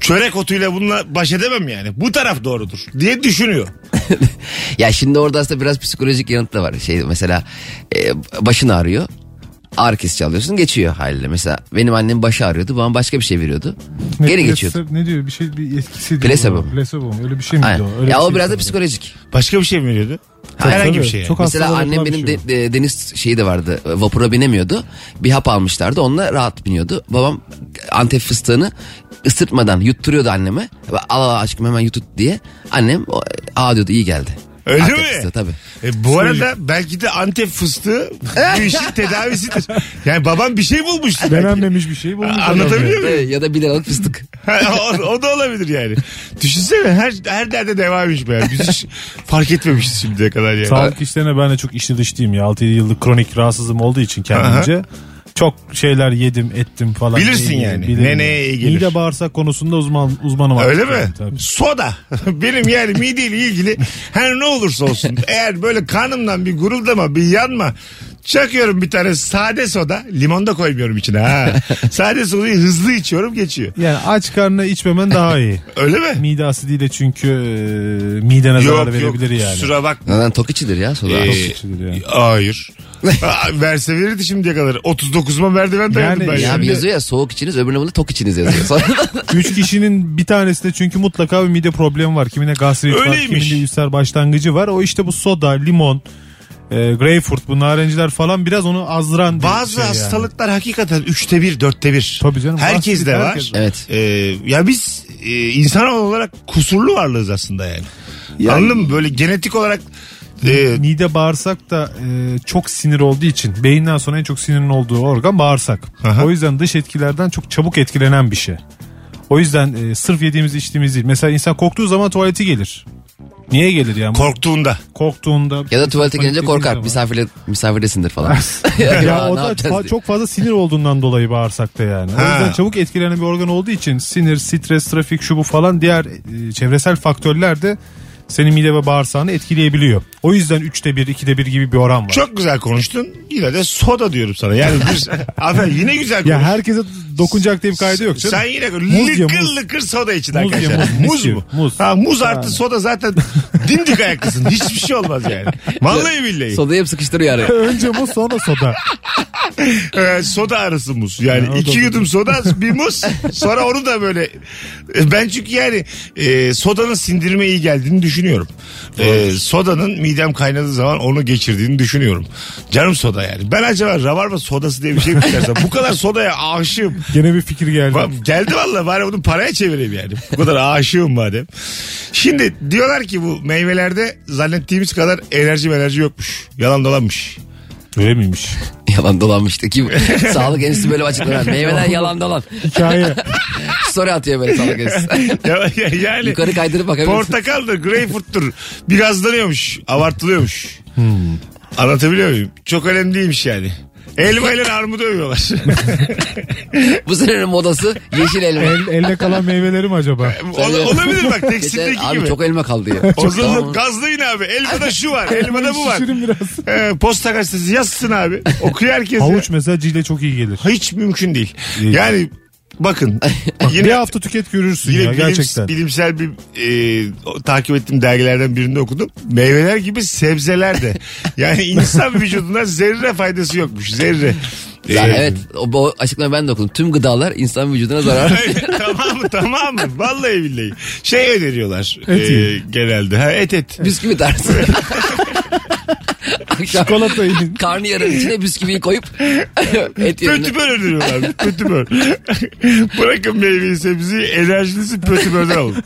Speaker 2: çörek otuyla bununla baş edemem yani. Bu taraf doğrudur diye düşünüyor.
Speaker 3: Ya şimdi orada aslında biraz psikolojik yanıt da var. Şey mesela e, başın ağrıyor. Ağrı kesici alıyorsun geçiyor haliyle. Mesela benim annem başı ağrıyordu. Babam başka bir şey veriyordu.
Speaker 4: Ne,
Speaker 3: Geri
Speaker 4: plase-
Speaker 3: geçiyordu.
Speaker 4: Ne diyor bir şey bir etkisi diyor.
Speaker 3: Placebo
Speaker 4: buna.
Speaker 3: mu?
Speaker 4: Placebo mu? Öyle bir şey miydi
Speaker 3: Aynen.
Speaker 4: o? Öyle
Speaker 3: ya o
Speaker 4: şey
Speaker 3: biraz da
Speaker 4: sanırım.
Speaker 3: psikolojik.
Speaker 2: Başka bir şey mi veriyordu? Herhangi bir şey. yani.
Speaker 4: Çok
Speaker 3: Mesela
Speaker 4: hastalara yapılan
Speaker 3: annem
Speaker 4: bir
Speaker 3: benim
Speaker 4: şey
Speaker 3: de- de- deniz şeyi de vardı. e, Vapura binemiyordu. Bir hap almışlardı. Onunla rahat biniyordu. Babam Antep fıstığını ısıtmadan yutturuyordu anneme. Al al aşkım hemen yutut diye. Annem o, aa diyordu iyi geldi.
Speaker 2: Öyle
Speaker 3: Antep
Speaker 2: mi?
Speaker 3: Fıstığı, tabii.
Speaker 2: E, bu arada belki de Antep fıstığı bu işin tedavisidir. Yani babam bir şey bulmuştur.
Speaker 4: Denenmemiş bir şey bulmuş.
Speaker 2: Anlatabiliyor muyum?
Speaker 3: Evet, ya da bir liralık fıstık.
Speaker 2: o, o da olabilir yani. Düşünsene her her derde devaymış be. Biz hiç fark etmemişiz şimdiye kadar yani.
Speaker 4: Sağlık işlerine ben de çok içli dışlıyım ya. 6-7 yıllık kronik rahatsızlığım olduğu için kendimce. Çok şeyler yedim ettim falan.
Speaker 2: Bilirsin
Speaker 4: İyi,
Speaker 2: yani.
Speaker 4: bilirim.
Speaker 2: Ne neye iyi gelir.
Speaker 4: Mide bağırsak konusunda uzman, uzmanım.
Speaker 2: Öyle
Speaker 4: artık
Speaker 2: mi?
Speaker 4: yani, tabii.
Speaker 2: Soda. Benim yani mideyle ilgili her ne olursa olsun eğer böyle kanımdan bir guruldama bir yanma çakıyorum bir tane sade soda limon da koymuyorum içine ha. sade sodayı hızlı içiyorum geçiyor.
Speaker 4: Yani aç karnına içmemen daha iyi.
Speaker 2: Öyle mi?
Speaker 4: Mide asidiyle çünkü e, midene zarar verebilir yani.
Speaker 2: kusura bakma.
Speaker 3: Neden tok içidir ya soda.
Speaker 2: Ee,
Speaker 4: içilir yani.
Speaker 2: Hayır. Aa, Verse verirdi şimdiye kadar. 39'ma merdiven dayandım
Speaker 4: Yani
Speaker 2: ben.
Speaker 3: Ya
Speaker 2: şimdi.
Speaker 3: bir yazıyor ya soğuk içiniz öbür namında tok içiniz yazıyor. Sonra da-
Speaker 4: Üç kişinin bir tanesi de çünkü mutlaka bir mide problemi var. Kimine gastrit var,
Speaker 2: Öyleymiş.
Speaker 4: kiminde ülser başlangıcı var. O işte bu soda, limon, e, greyfurt, bu narenciler falan biraz onu azdıran bir
Speaker 2: Bazı
Speaker 4: şey yani.
Speaker 2: hastalıklar hakikaten üçte bir, dörtte bir.
Speaker 4: Tabii canım,
Speaker 2: Herkes de
Speaker 4: bahsettik,
Speaker 2: var.
Speaker 3: evet.
Speaker 4: herkes var.
Speaker 2: Ee, ya biz e, insan olarak kusurlu varlığız aslında yani. Anladın mı? Böyle genetik olarak e,
Speaker 4: Mide bağırsak da e, çok sinir olduğu için beyinden sonra en çok sinirin olduğu organ bağırsak.
Speaker 2: Aha.
Speaker 4: O yüzden dış etkilerden çok çabuk etkilenen bir şey. O yüzden e, sırf yediğimiz içtiğimiz değil. Mesela insan korktuğu zaman tuvaleti gelir. Niye gelir yani?
Speaker 2: korktuğunda.
Speaker 4: Korktuğunda.
Speaker 3: Ya da tuvalete
Speaker 4: Korkmak
Speaker 3: girince
Speaker 4: istediği
Speaker 3: korkar.
Speaker 4: zaman.
Speaker 3: Misafirle, misafirdesindir falan.
Speaker 4: Ya,
Speaker 3: Ya
Speaker 4: o
Speaker 3: ne
Speaker 4: da
Speaker 3: yapacağız
Speaker 4: fa-
Speaker 3: diye.
Speaker 4: çok fazla sinir olduğundan dolayı bağırsakta yani. O
Speaker 2: Ha.
Speaker 4: yüzden çabuk etkilenen bir organ olduğu için sinir, stres, trafik, şu bu falan diğer e, çevresel faktörler de senin mide ve bağırsağını etkileyebiliyor. O yüzden 3'te 1, 2'de 1 gibi bir oran var.
Speaker 2: Çok güzel konuştun. Yine de soda diyorum sana. Yani bir, Aferin, yine güzel
Speaker 4: Ya
Speaker 2: konuştun.
Speaker 4: herkese dokunacak diye bir kaydı yok canım.
Speaker 2: Sen yine
Speaker 4: Muz ya,
Speaker 2: lıkır
Speaker 4: muz.
Speaker 2: lıkır soda için
Speaker 4: Muz
Speaker 2: arkadaşlar.
Speaker 4: ya, muz.
Speaker 2: muz
Speaker 4: Mis
Speaker 2: mu?
Speaker 4: gibi, muz.
Speaker 2: Ha, muz artı soda zaten dimdik ayaklısın. Hiçbir şey olmaz yani. Vallahi billahi.
Speaker 3: Sodayı hep sıkıştırıyor araya.
Speaker 4: Önce muz sonra soda.
Speaker 2: Ee, soda arası muz. Yani
Speaker 4: Ya, o da
Speaker 2: iki
Speaker 4: olur.
Speaker 2: yudum soda bir muz. Sonra onu da böyle. E, Ben çünkü yani e, sodanın sindirime iyi geldiğini düşünüyorum. E, sodanın midem kaynadığı zaman onu geçirdiğini düşünüyorum. Canım soda yani. Ben acaba rabarba sodası diye bir şey mi içersem? bu kadar sodaya aşığım.
Speaker 4: Gene bir fikir geldi.
Speaker 2: Va- Geldi valla bari bunu paraya çevireyim yani. Bu kadar aşığım madem. Şimdi diyorlar ki bu meyvelerde zannettiğimiz kadar enerji enerji yokmuş. Yalan dolanmış.
Speaker 4: Öyle miymiş?
Speaker 3: Yalan dolanmıştı. Kim? sağlık enstitüsü böyle açıklanan. Meyveden yalan dolan.
Speaker 4: Hikaye.
Speaker 3: Story atıyor böyle sağlık enstitüsü.
Speaker 2: Ya- ya- yani
Speaker 3: Yukarı kaydırıp bakabilirsin.
Speaker 2: Portakaldır, greyfurttur. Birazlanıyormuş, abartılıyormuş.
Speaker 3: Hmm.
Speaker 2: Anlatabiliyor muyum? Çok önemli değilmiş yani. Elma ile armudu övüyorlar.
Speaker 3: Bu senenin modası yeşil elma.
Speaker 4: El, elle kalan meyvelerim acaba?
Speaker 2: Ol- olabilir bak
Speaker 3: Geçen,
Speaker 2: tekstildeki
Speaker 3: abi
Speaker 2: gibi.
Speaker 3: çok elma kaldı ya.
Speaker 2: O
Speaker 3: Çok
Speaker 2: zaman
Speaker 3: tamam.
Speaker 2: gazlayın abi. Elmada şu var, elmada bu var.
Speaker 4: Şişirin biraz.
Speaker 2: Ee, posta gazetesi yazsın abi. Okuyor herkes. ya.
Speaker 4: Havuç mesela cile çok iyi gelir.
Speaker 2: Hiç mümkün değil.
Speaker 4: Değil.
Speaker 2: Yani bakın.
Speaker 4: bir hafta tüket görürsün
Speaker 2: Yine
Speaker 4: ya
Speaker 2: bilim-
Speaker 4: gerçekten.
Speaker 2: bilimsel bir e, o- takip ettiğim dergilerden birinde okudum. Meyveler gibi sebzeler de. yani insan vücuduna zerre faydası yokmuş. Zerre.
Speaker 3: Yani
Speaker 2: Ee,
Speaker 3: evet o, o açıklamayı ben de okudum. Tüm gıdalar insan vücuduna zarar.
Speaker 2: tamam mı tamam mı? Vallahi billahi. Şey öneriyorlar
Speaker 4: Et
Speaker 2: e,
Speaker 4: yiyin.
Speaker 2: genelde. Ha, et et.
Speaker 3: bisküvi tarzı. Akşam
Speaker 4: Çikolata yiyin.
Speaker 3: karnıyarın içine bisküviyi koyup et yerine.
Speaker 2: Pötübör öneriyorlar. Pötübör. Bırakın meyveyi sebzeyi enerjinizi pötübörden alın.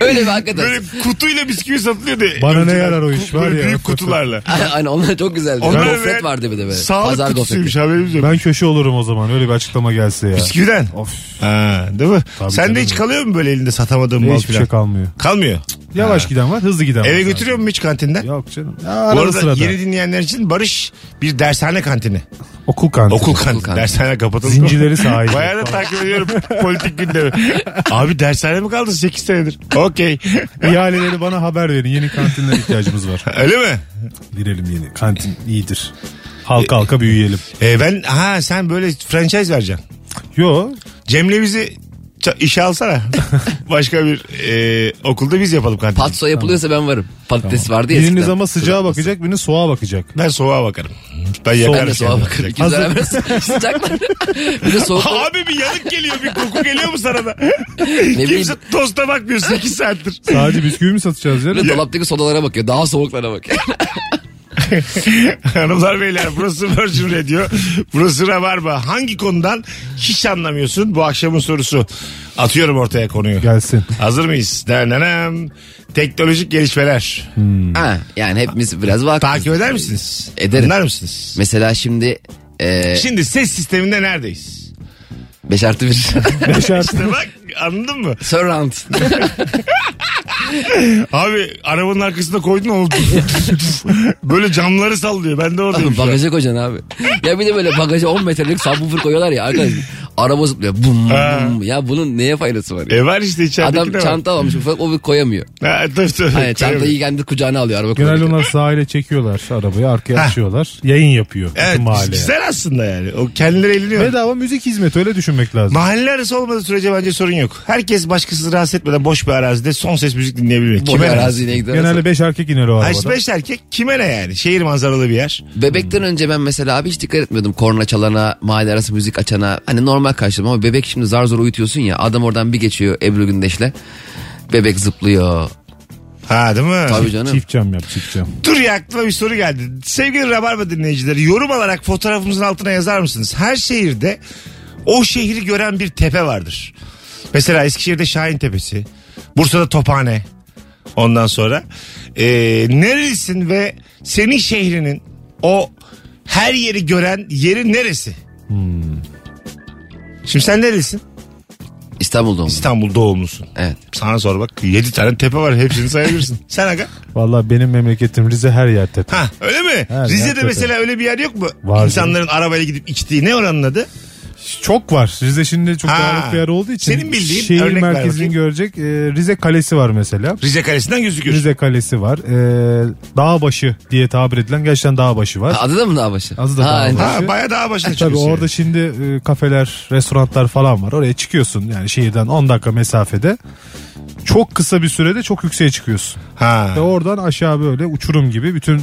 Speaker 3: Öyle bir hakikaten.
Speaker 2: Böyle kutuyla bisküvi satılıyordu.
Speaker 4: Bana ne
Speaker 2: Önceden.
Speaker 4: yarar o iş
Speaker 2: Böyle
Speaker 4: var ya,
Speaker 2: Büyük
Speaker 4: hakikaten.
Speaker 2: kutularla.
Speaker 3: Aynen onlar çok güzeldi.
Speaker 2: Onlar
Speaker 3: gofret
Speaker 2: evet,
Speaker 3: vardı bir de böyle.
Speaker 2: Sağlık
Speaker 3: Pazar
Speaker 2: kutusuymuş
Speaker 3: gofreti.
Speaker 2: haberimiz yok.
Speaker 4: Ben köşe olurum o zaman öyle bir açıklama gelse ya.
Speaker 2: Bisküviden.
Speaker 4: Of.
Speaker 2: Ha, değil mi?
Speaker 4: Tabii
Speaker 2: Sen de
Speaker 4: canım.
Speaker 2: hiç kalıyor mu böyle elinde satamadığın mal
Speaker 4: Hiçbir
Speaker 2: falan?
Speaker 4: şey kalmıyor.
Speaker 2: Kalmıyor.
Speaker 4: Yavaş giden var hızlı giden var.
Speaker 2: Eve
Speaker 4: zaten.
Speaker 2: götürüyor mu hiç kantinden?
Speaker 4: Yok canım. Ya
Speaker 2: Bu
Speaker 4: arada
Speaker 2: arada
Speaker 4: sırada.
Speaker 2: yeni dinleyenler için Barış bir dershane kantini.
Speaker 4: Okul kantini.
Speaker 2: Okul kantini.
Speaker 3: kantini.
Speaker 2: Dershane kapatıldı. mı?
Speaker 4: Zincirleri sahip.
Speaker 2: Bayağı da takip ediyorum politik gündemi. Abi dershane mi kaldı 8 senedir? Okey.
Speaker 4: İhaleleri bana haber verin. Yeni kantinlere ihtiyacımız var.
Speaker 2: Öyle mi?
Speaker 4: Girelim yeni. Kantin iyidir. Halka
Speaker 2: E-
Speaker 4: halka büyüyelim.
Speaker 2: Ee, ben ha sen böyle franchise vereceksin.
Speaker 4: Yo.
Speaker 2: Cemre'mizi ça- işe alsana. Başka bir e, okulda biz yapalım kantini.
Speaker 3: Patso yapılıyorsa ben varım. Patates vardı ya
Speaker 4: Biriniz
Speaker 3: eskiden.
Speaker 4: ama sıcağa bakacak, biriniz soğuğa bakacak.
Speaker 2: ben soğuğa bakarım. Ben
Speaker 3: Ben de
Speaker 2: yakarım.
Speaker 3: soğuğa
Speaker 2: seni.
Speaker 3: bakarım. İkimiz
Speaker 4: Hazır.
Speaker 3: beraber sıcaklar. bir de soğuk.
Speaker 2: Abi bir yanık geliyor bir koku geliyor mu sana da?
Speaker 3: bileyim.
Speaker 2: Kimse tosta bakmıyor 8 saattir.
Speaker 4: Sadece bisküvi mi satacağız ya?
Speaker 3: Bir de dolaptaki sodalara bakıyor. Daha soğuklara bakıyor.
Speaker 2: Hanımlar beyler burası Virgin Radio. Burası Rabarba. Hangi konudan hiç anlamıyorsun bu akşamın sorusu. Atıyorum ortaya konuyu.
Speaker 4: Gelsin.
Speaker 2: Hazır mıyız? Denenem. Teknolojik gelişmeler.
Speaker 3: ha, yani hepimiz biraz vakit.
Speaker 2: Hmm. Takip eder misiniz?
Speaker 3: Ederim.
Speaker 2: Dinler misiniz?
Speaker 3: Mesela şimdi e,
Speaker 2: Şimdi ses sisteminde neredeyiz?
Speaker 3: 5 artı 1.
Speaker 4: Yaşar.
Speaker 2: İşte bak anladın mı?
Speaker 3: Surround.
Speaker 2: Abi arabanın arkasına koydun oldu. Böyle camları sallıyor. Ben de oradayım. şu an.
Speaker 3: Bagaja koyacaksın abi. Ya bir de böyle bagaja 10 metrelik subwoofer koyuyorlar ya arkadaş. Araba zıplıyor. Bum,
Speaker 2: Ha.
Speaker 3: bum. Ya bunun neye faydası var? Ya?
Speaker 2: E var işte içerideki
Speaker 3: Adam
Speaker 2: de var.
Speaker 3: çanta almış ufak o bir koyamıyor.
Speaker 2: Ha, tabii, tabii.
Speaker 3: Hayır çantayı kendi kucağına alıyor araba
Speaker 4: Genelde
Speaker 3: koyarken.
Speaker 4: onlar sahile çekiyorlar arabayı arkaya
Speaker 2: Ha.
Speaker 4: açıyorlar. Yayın yapıyor
Speaker 2: Evet
Speaker 4: bütün mahalleye.
Speaker 2: güzel aslında yani. O kendileri eğleniyor.
Speaker 4: Bedava müzik hizmeti öyle düşünmek lazım.
Speaker 2: Mahalle arası olmadığı sürece bence sorun yok. Herkes başkasını rahatsız etmeden boş bir arazide son ses müzik dinleyebilir.
Speaker 3: Boş
Speaker 2: Kime ne?
Speaker 3: araziye gider.
Speaker 4: Genelde 5 erkek iner o
Speaker 2: Ay,
Speaker 4: arabada.
Speaker 2: beş erkek kime ne yani? Şehir manzaralı bir yer.
Speaker 4: Hmm.
Speaker 3: Bebekten önce ben mesela abi hiç dikkat etmiyordum. Korna çalana, mahalle arası müzik açana. Hani normal karşıladım ama bebek şimdi zar zor uyutuyorsun ya. Adam oradan bir geçiyor Ebru Gündeş'le. Bebek zıplıyor.
Speaker 2: Ha değil mi?
Speaker 3: Tabii canım.
Speaker 4: Çift cam yap çift cam.
Speaker 2: Dur ya aklıma bir soru geldi. Sevgili Rabarba dinleyicileri yorum alarak fotoğrafımızın altına yazar mısınız? Her şehirde o şehri gören bir tepe vardır. Mesela Eskişehir'de Şahin Tepesi, Bursa'da Tophane. Ondan sonra e, nerelisin ve senin şehrinin o her yeri gören yeri neresi? Şimdi sen nerelisin?
Speaker 3: İstanbul'da mı?
Speaker 2: İstanbul doğumlusun.
Speaker 3: Evet.
Speaker 2: Sana sor bak 7 tane tepe var hepsini sayabilirsin. sen aga?
Speaker 4: Valla benim memleketim Rize her yer tepe.
Speaker 2: Ha öyle mi?
Speaker 4: Her yer
Speaker 2: Rize'de
Speaker 4: tepe.
Speaker 2: mesela öyle bir yer yok mu?
Speaker 4: Var
Speaker 2: İnsanların arabayla gidip içtiği ne oranın adı?
Speaker 4: Çok var. Rize şimdi çok
Speaker 2: Ha.
Speaker 4: dağınık bir yer olduğu için.
Speaker 2: Senin bildiğin
Speaker 4: şehir
Speaker 2: örnek ver
Speaker 4: merkezini
Speaker 2: bakayım.
Speaker 4: görecek. e, Rize Kalesi var mesela.
Speaker 2: Rize Kalesi'nden gözüküyor.
Speaker 4: Rize Kalesi var. E, Dağbaşı diye tabir edilen gerçekten dağbaşı var.
Speaker 3: Ha, Adı da mı daha başı?
Speaker 4: Adı da
Speaker 3: Ha,
Speaker 4: Dağbaşı.
Speaker 2: Ha baya daha başına
Speaker 4: Tabii
Speaker 2: çıkıyorsun.
Speaker 4: orada şimdi e, kafeler, restoranlar falan var. Oraya çıkıyorsun yani şehirden 10 dakika mesafede. Çok kısa bir sürede çok yükseğe çıkıyorsun.
Speaker 2: Ha.
Speaker 4: Ve oradan aşağı böyle uçurum gibi bütün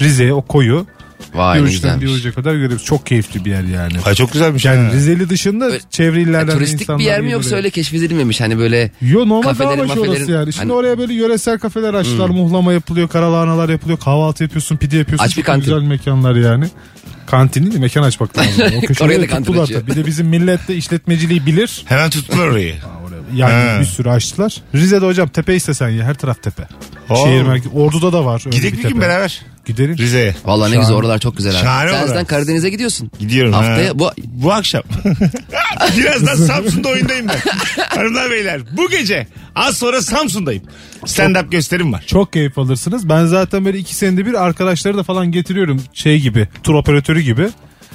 Speaker 4: Rize'ye o koyu
Speaker 3: Vay ne
Speaker 4: görüşten bir
Speaker 3: güzelmiş.
Speaker 4: uca kadar görüyoruz. Çok keyifli bir yer yani.
Speaker 2: Ha, çok güzelmiş.
Speaker 4: Yani
Speaker 2: ha.
Speaker 4: Rizeli dışında çevre illerden de
Speaker 3: Turistik
Speaker 4: insanlar
Speaker 3: bir yer mi
Speaker 4: geliyor
Speaker 3: yoksa
Speaker 4: oraya.
Speaker 3: öyle keşfedilmemiş hani böyle
Speaker 4: Yo normal
Speaker 3: Kafelerin,
Speaker 4: dağbaşı orası
Speaker 3: mafelerin-
Speaker 4: yani. Şimdi
Speaker 3: Hani- Hmm.
Speaker 4: oraya böyle yöresel kafeler açtılar. Muhlama yapılıyor, karalahanalar yapılıyor, kahvaltı yapıyorsun, pide yapıyorsun.
Speaker 3: Aç bir
Speaker 4: Çok
Speaker 3: kantin.
Speaker 4: Güzel mekanlar yani. Kantin değil de mekan açmak lazım. O
Speaker 3: Oraya da
Speaker 4: köşede
Speaker 3: kantin
Speaker 4: tuttular
Speaker 3: açıyor.
Speaker 4: tabii. Bir de bizim millet de işletmeciliği bilir.
Speaker 2: Hemen tuttular orayı.
Speaker 4: Yani
Speaker 2: He.
Speaker 4: bir sürü açtılar. Rize'de hocam tepe istesen ya her taraf tepe.
Speaker 2: Oo.
Speaker 4: Şehir merkezi. Ordu'da da var. öyle
Speaker 2: Gidelim bir gün
Speaker 4: tepe.
Speaker 2: beraber
Speaker 4: Gidelim.
Speaker 2: Rize'ye.
Speaker 3: Vallahi ne
Speaker 4: Şahane.
Speaker 3: güzel oralar çok güzel abi.
Speaker 2: Şahane
Speaker 3: Sen
Speaker 2: oralar.
Speaker 3: zaten Karadeniz'e gidiyorsun.
Speaker 2: Gidiyorum.
Speaker 3: Haftaya
Speaker 2: ha.
Speaker 3: bu
Speaker 2: Bu akşam. Birazdan Samsun'da oyundayım ben. Hanımlar beyler bu gece az sonra Samsun'dayım. Stand-up gösterim var.
Speaker 4: Çok keyif alırsınız. Ben zaten böyle iki senede bir arkadaşları da falan getiriyorum şey gibi tur operatörü gibi.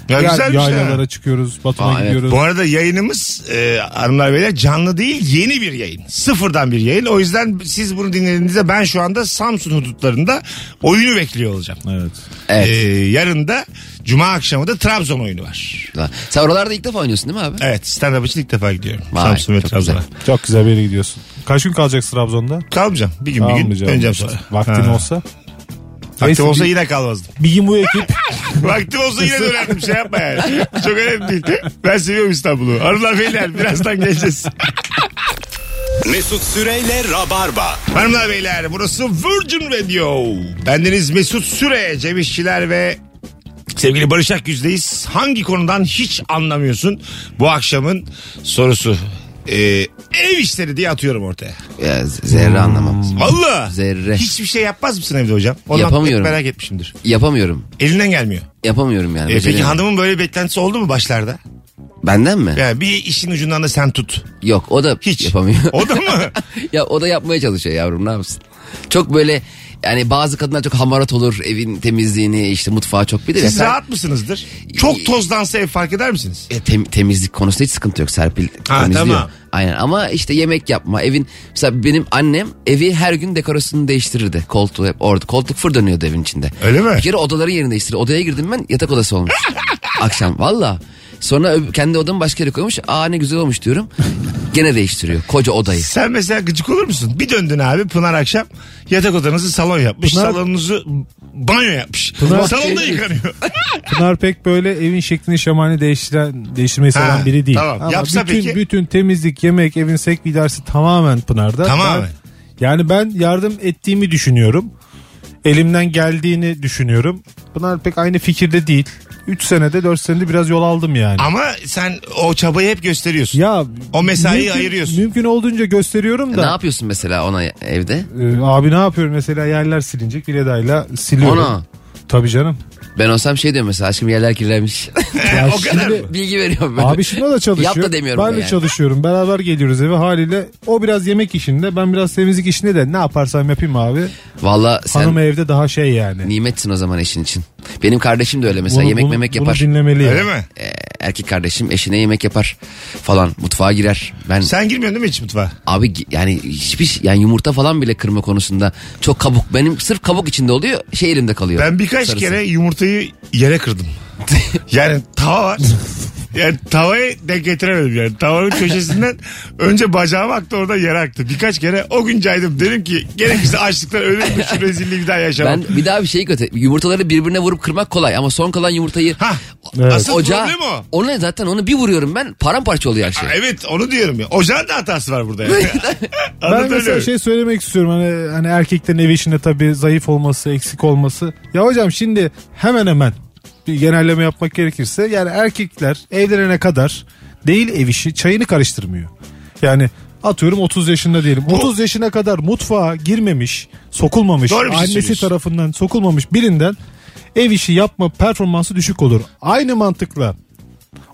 Speaker 2: Ya güzelmiş ha.
Speaker 4: yaylalara çıkıyoruz, Batum'a
Speaker 3: Aa, evet.
Speaker 4: gidiyoruz.
Speaker 2: Bu arada yayınımız e, hanımlar beyler canlı değil yeni bir yayın. Sıfırdan bir yayın. O yüzden siz bunu dinlediğinizde ben şu anda Samsun hudutlarında oyunu bekliyor olacağım.
Speaker 4: Evet.
Speaker 3: Evet.
Speaker 2: E, yarın da Cuma akşamı da Trabzon oyunu var.
Speaker 3: Sen oralarda ilk defa oynuyorsun değil mi abi?
Speaker 2: Evet stand-up için ilk defa gidiyorum.
Speaker 3: Vay,
Speaker 2: Samsun ve
Speaker 3: çok
Speaker 2: Trabzon'a.
Speaker 3: güzel.
Speaker 4: Çok güzel bir yere gidiyorsun. Kaç gün kalacaksın Trabzon'da?
Speaker 2: Kalmayacağım. Bir gün bir gün
Speaker 4: Kalmayacağım.
Speaker 2: döneceğim sonra.
Speaker 4: Vaktin
Speaker 2: Ha.
Speaker 4: olsa. Neyse,
Speaker 2: Vaktim olsa
Speaker 4: bir-
Speaker 2: yine kalmazdım.
Speaker 4: Bir gün bu ekip
Speaker 2: Vaktim olsa yine dönerdim şey yapma yani. Çok önemli değil. Ben seviyorum İstanbul'u. Hanımlar beyler birazdan geleceğiz.
Speaker 1: Mesut Süreyle Rabarba.
Speaker 2: Hanımlar beyler burası Virgin Radio. Bendeniz Mesut Süre, Cem İşçiler ve sevgili Barış Akgüz'deyiz. Hangi konudan hiç anlamıyorsun bu akşamın sorusu? Ee, ev işleri diye atıyorum ortaya.
Speaker 3: Ya, z- zerre
Speaker 4: Hmm.
Speaker 3: anlamam.
Speaker 2: Valla.
Speaker 3: Zerre.
Speaker 2: Hiçbir şey yapmaz mısın evde hocam? Ondan
Speaker 3: Yapamıyorum.
Speaker 2: pek merak etmişimdir.
Speaker 3: Yapamıyorum.
Speaker 2: Elinden gelmiyor.
Speaker 3: Yapamıyorum
Speaker 4: E,
Speaker 3: yani.
Speaker 2: Ee, peki
Speaker 3: beceremiyorum.
Speaker 2: hanımın böyle bir beklentisi oldu mu başlarda?
Speaker 3: Benden mi?
Speaker 2: Yani bir işin ucundan da sen tut.
Speaker 3: Yok o da
Speaker 2: Hiç.
Speaker 3: yapamıyor.
Speaker 2: O da mı?
Speaker 3: ya o da yapmaya çalışıyor yavrum ne yapsın. Çok böyle yani bazı kadınlar çok hamarat olur evin temizliğini işte mutfağı çok bilir. ya.
Speaker 2: Siz
Speaker 3: Sen-
Speaker 2: rahat mısınızdır? Çok tozlansa ev fark eder misiniz?
Speaker 3: E, tem- temizlik konusunda hiç sıkıntı yok Serpil
Speaker 2: Ha,
Speaker 3: temizliyor.
Speaker 2: tamam.
Speaker 3: Aynen ama işte yemek yapma evin mesela benim annem evi her gün dekorasyonunu değiştirirdi. Koltuğu hep orada koltuk fır dönüyordu evin içinde.
Speaker 2: Öyle mi?
Speaker 3: Bir kere odaları yerini değiştirdi. Odaya girdim ben yatak odası olmuş. Akşam valla. Sonra öb- kendi odamı başka yere koymuş. Aa ne güzel olmuş diyorum. Gene değiştiriyor koca odayı.
Speaker 2: Sen mesela gıcık olur musun? Bir döndün abi Pınar akşam yatak odanızı salon yapmış.
Speaker 4: Pınar-
Speaker 2: Salonunuzu banyo yapmış.
Speaker 4: Pınar- Şey
Speaker 2: Salonda yıkanıyor.
Speaker 4: Pınar pek böyle evin şeklini şamanı değiştiren, değiştirmeyi seven
Speaker 2: Ha,
Speaker 4: biri değil.
Speaker 2: tamam.
Speaker 4: Ama
Speaker 2: Yapsa
Speaker 4: bütün,
Speaker 2: peki?
Speaker 4: bütün temizlik, yemek, evin sek gidersi tamamen Pınar'da.
Speaker 2: Tamamen.
Speaker 4: Ben- yani ben yardım ettiğimi düşünüyorum. Elimden geldiğini düşünüyorum. Pınar pek aynı fikirde değil. 3 senede 4 senede biraz yol aldım yani.
Speaker 2: Ama sen o çabayı hep gösteriyorsun.
Speaker 4: ya
Speaker 2: O mesaiyi ayırıyorsun.
Speaker 4: Mümkün olduğunca gösteriyorum
Speaker 3: E Ne
Speaker 4: da.
Speaker 3: yapıyorsun mesela ona evde?
Speaker 4: Ee, abi ne yapıyorum mesela yerler silinecek bir edayla siliyorum.
Speaker 3: Ana.
Speaker 4: Tabii canım.
Speaker 3: Ben olsam şey diyorum mesela aşkım yerler kirlenmiş.
Speaker 4: Ya
Speaker 2: o kadar
Speaker 4: şimdi-
Speaker 2: mı?
Speaker 3: Bilgi veriyorum ben.
Speaker 4: Abi şimdi o da çalışıyor.
Speaker 3: Yap da demiyorum
Speaker 4: Ben
Speaker 3: ben
Speaker 4: de
Speaker 3: yani.
Speaker 4: çalışıyorum. Beraber geliyoruz eve haliyle. O biraz yemek işinde ben biraz temizlik işinde de ne yaparsam yapayım abi.
Speaker 3: Valla sen
Speaker 4: Hanım evde daha şey yani.
Speaker 3: nimetsin o zaman eşin için. Benim kardeşim de öyle mesela
Speaker 4: Bunu-
Speaker 3: yemek
Speaker 4: bunu-
Speaker 3: memek
Speaker 4: bunu
Speaker 3: yapar.
Speaker 4: dinlemeli.
Speaker 2: Öyle
Speaker 4: yani.
Speaker 2: mi?
Speaker 3: Ee, erkek kardeşim eşine yemek yapar falan mutfağa girer. Ben
Speaker 2: Sen girmiyorsun değil mi hiç mutfağa?
Speaker 3: abi gi- yani hiçbir şey- yani yumurta falan bile kırma konusunda çok kabuk benim sırf kabuk içinde oluyor şey elimde kalıyor.
Speaker 2: Ben birkaç
Speaker 3: Sarısı.
Speaker 2: kere yumurtayı yere kırdım. yani tava var. Yani tavayı denk getiremedim yani. Tavanın köşesinden önce bacağım aktı orada yere aktı. Birkaç kere o gün caydım. Dedim ki gerekirse açlıktan ölürüm şu rezilliği bir daha yaşamam.
Speaker 3: Ben bir daha bir şey kötü. Yumurtaları birbirine vurup kırmak kolay ama son kalan yumurtayı
Speaker 2: Hah,
Speaker 3: o-
Speaker 2: asıl problem o.
Speaker 3: Onu zaten onu bir vuruyorum ben paramparça oluyor her şey.
Speaker 2: Ha, Evet onu diyorum ya. Ocağın da hatası var burada yani.
Speaker 4: Ben mesela
Speaker 2: Anlatabiliyor
Speaker 4: şey söylemek istiyorum hani, hani erkeklerin ev işinde tabii zayıf olması, eksik olması. Ya hocam şimdi hemen hemen bir genelleme yapmak gerekirse yani erkekler evlenene kadar değil ev işi çayını karıştırmıyor. Yani atıyorum 30 yaşında diyelim. 30 yaşına kadar mutfağa girmemiş, sokulmamış,
Speaker 2: Doğru bir şey
Speaker 4: annesi
Speaker 2: söylüyorsun.
Speaker 4: tarafından sokulmamış birinden ev işi yapma performansı düşük olur. Aynı mantıkla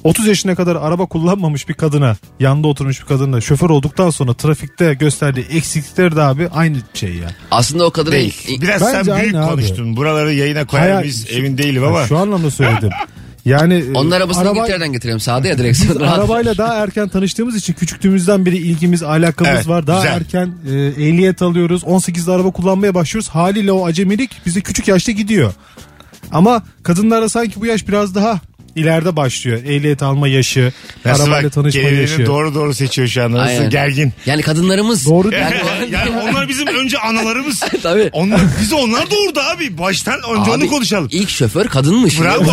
Speaker 4: 30 yaşına kadar araba kullanmamış bir kadına yanda oturmuş bir kadına şoför olduktan sonra trafikte gösterdiği eksiklikler de abi aynı şey ya.
Speaker 3: Aslında o kadar
Speaker 2: Değil. Biraz
Speaker 4: Bence
Speaker 2: sen büyük
Speaker 4: aynı abi.
Speaker 2: konuştun. Buraları yayına koyar
Speaker 4: Hayal-
Speaker 2: biz emin değilim
Speaker 4: Yani
Speaker 2: ama.
Speaker 4: Şu anlamda söyledim. Yani e,
Speaker 3: Onun arabasını
Speaker 4: araba-
Speaker 3: İngiltere'den getiriyorum. Sağda ya direksiyon. rahat.
Speaker 4: arabayla daha erken tanıştığımız için küçüklüğümüzden beri ilgimiz, alakamız
Speaker 2: Evet,
Speaker 4: var. Daha
Speaker 2: güzel.
Speaker 4: erken e, ehliyet alıyoruz. 18'de araba kullanmaya başlıyoruz. Haliyle o acemilik bize küçük yaşta gidiyor. Ama kadınlara sanki bu yaş biraz daha ileride başlıyor. Ehliyet alma yaşı,
Speaker 2: Nasıl
Speaker 4: arabayla
Speaker 2: bak,
Speaker 4: tanışma
Speaker 2: gelirini
Speaker 4: yaşı.
Speaker 2: doğru doğru seçiyor şu an. Nasıl
Speaker 3: Aynen.
Speaker 2: gergin.
Speaker 3: Yani kadınlarımız.
Speaker 4: Doğru
Speaker 3: Yani,
Speaker 2: yani onlar bizim önce analarımız.
Speaker 3: Tabii.
Speaker 2: Onlar, bizi onlar doğurdu abi. Baştan önce onu
Speaker 3: Abi,
Speaker 2: konuşalım.
Speaker 3: İlk şoför kadınmış.
Speaker 2: Bravo.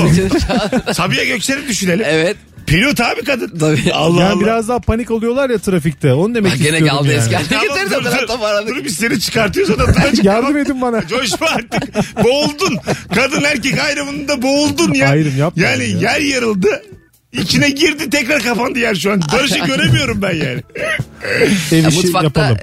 Speaker 2: Sabiha Gökçen'i düşünelim.
Speaker 3: evet.
Speaker 2: Pilot abi kadın.
Speaker 3: Tabii.
Speaker 2: Allah
Speaker 4: Yani
Speaker 2: Allah.
Speaker 4: biraz daha panik oluyorlar ya trafikte. Onu demek
Speaker 3: Ha, gene
Speaker 4: istiyorum
Speaker 3: geldi
Speaker 4: yani.
Speaker 3: eski haline
Speaker 2: Tamam,
Speaker 3: getirdi
Speaker 2: dur,
Speaker 3: ben
Speaker 2: dur.
Speaker 3: hatta bağladık.
Speaker 2: Dur biz seni çıkartıyoruz o da tacık.
Speaker 4: Yardım edin bana.
Speaker 2: Coşma artık. boğuldun. Kadın erkek ayrımında boğuldun ya.
Speaker 4: Ayrım yapma
Speaker 2: Yani
Speaker 4: ya.
Speaker 2: yer yarıldı. İçine girdi tekrar kapandı yer şu an. Barış'ı göremiyorum ben yani.
Speaker 4: Ev
Speaker 3: Ya
Speaker 4: işi
Speaker 3: mutfakta
Speaker 4: şey yapalım.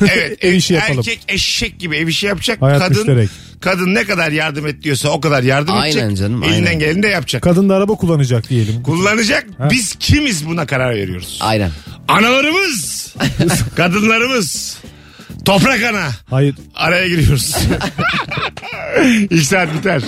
Speaker 3: e,
Speaker 2: Evet.
Speaker 4: Ev işi yapalım.
Speaker 2: Erkek eşek gibi ev işi yapacak.
Speaker 4: Hayat
Speaker 2: kadın
Speaker 4: müşterek.
Speaker 2: kadın ne kadar yardım et diyorsa o kadar yardım
Speaker 3: Aynen
Speaker 2: edecek.
Speaker 3: canım,
Speaker 2: Elinden
Speaker 3: aynen.
Speaker 2: geleni de yapacak.
Speaker 4: Kadın da araba kullanacak diyelim.
Speaker 2: Kullanacak. Biz kimiz buna karar veriyoruz.
Speaker 3: aynen.
Speaker 2: Analarımız, kadınlarımız, toprak ana.
Speaker 4: Hayır
Speaker 2: Araya giriyoruz. İlk saat biter.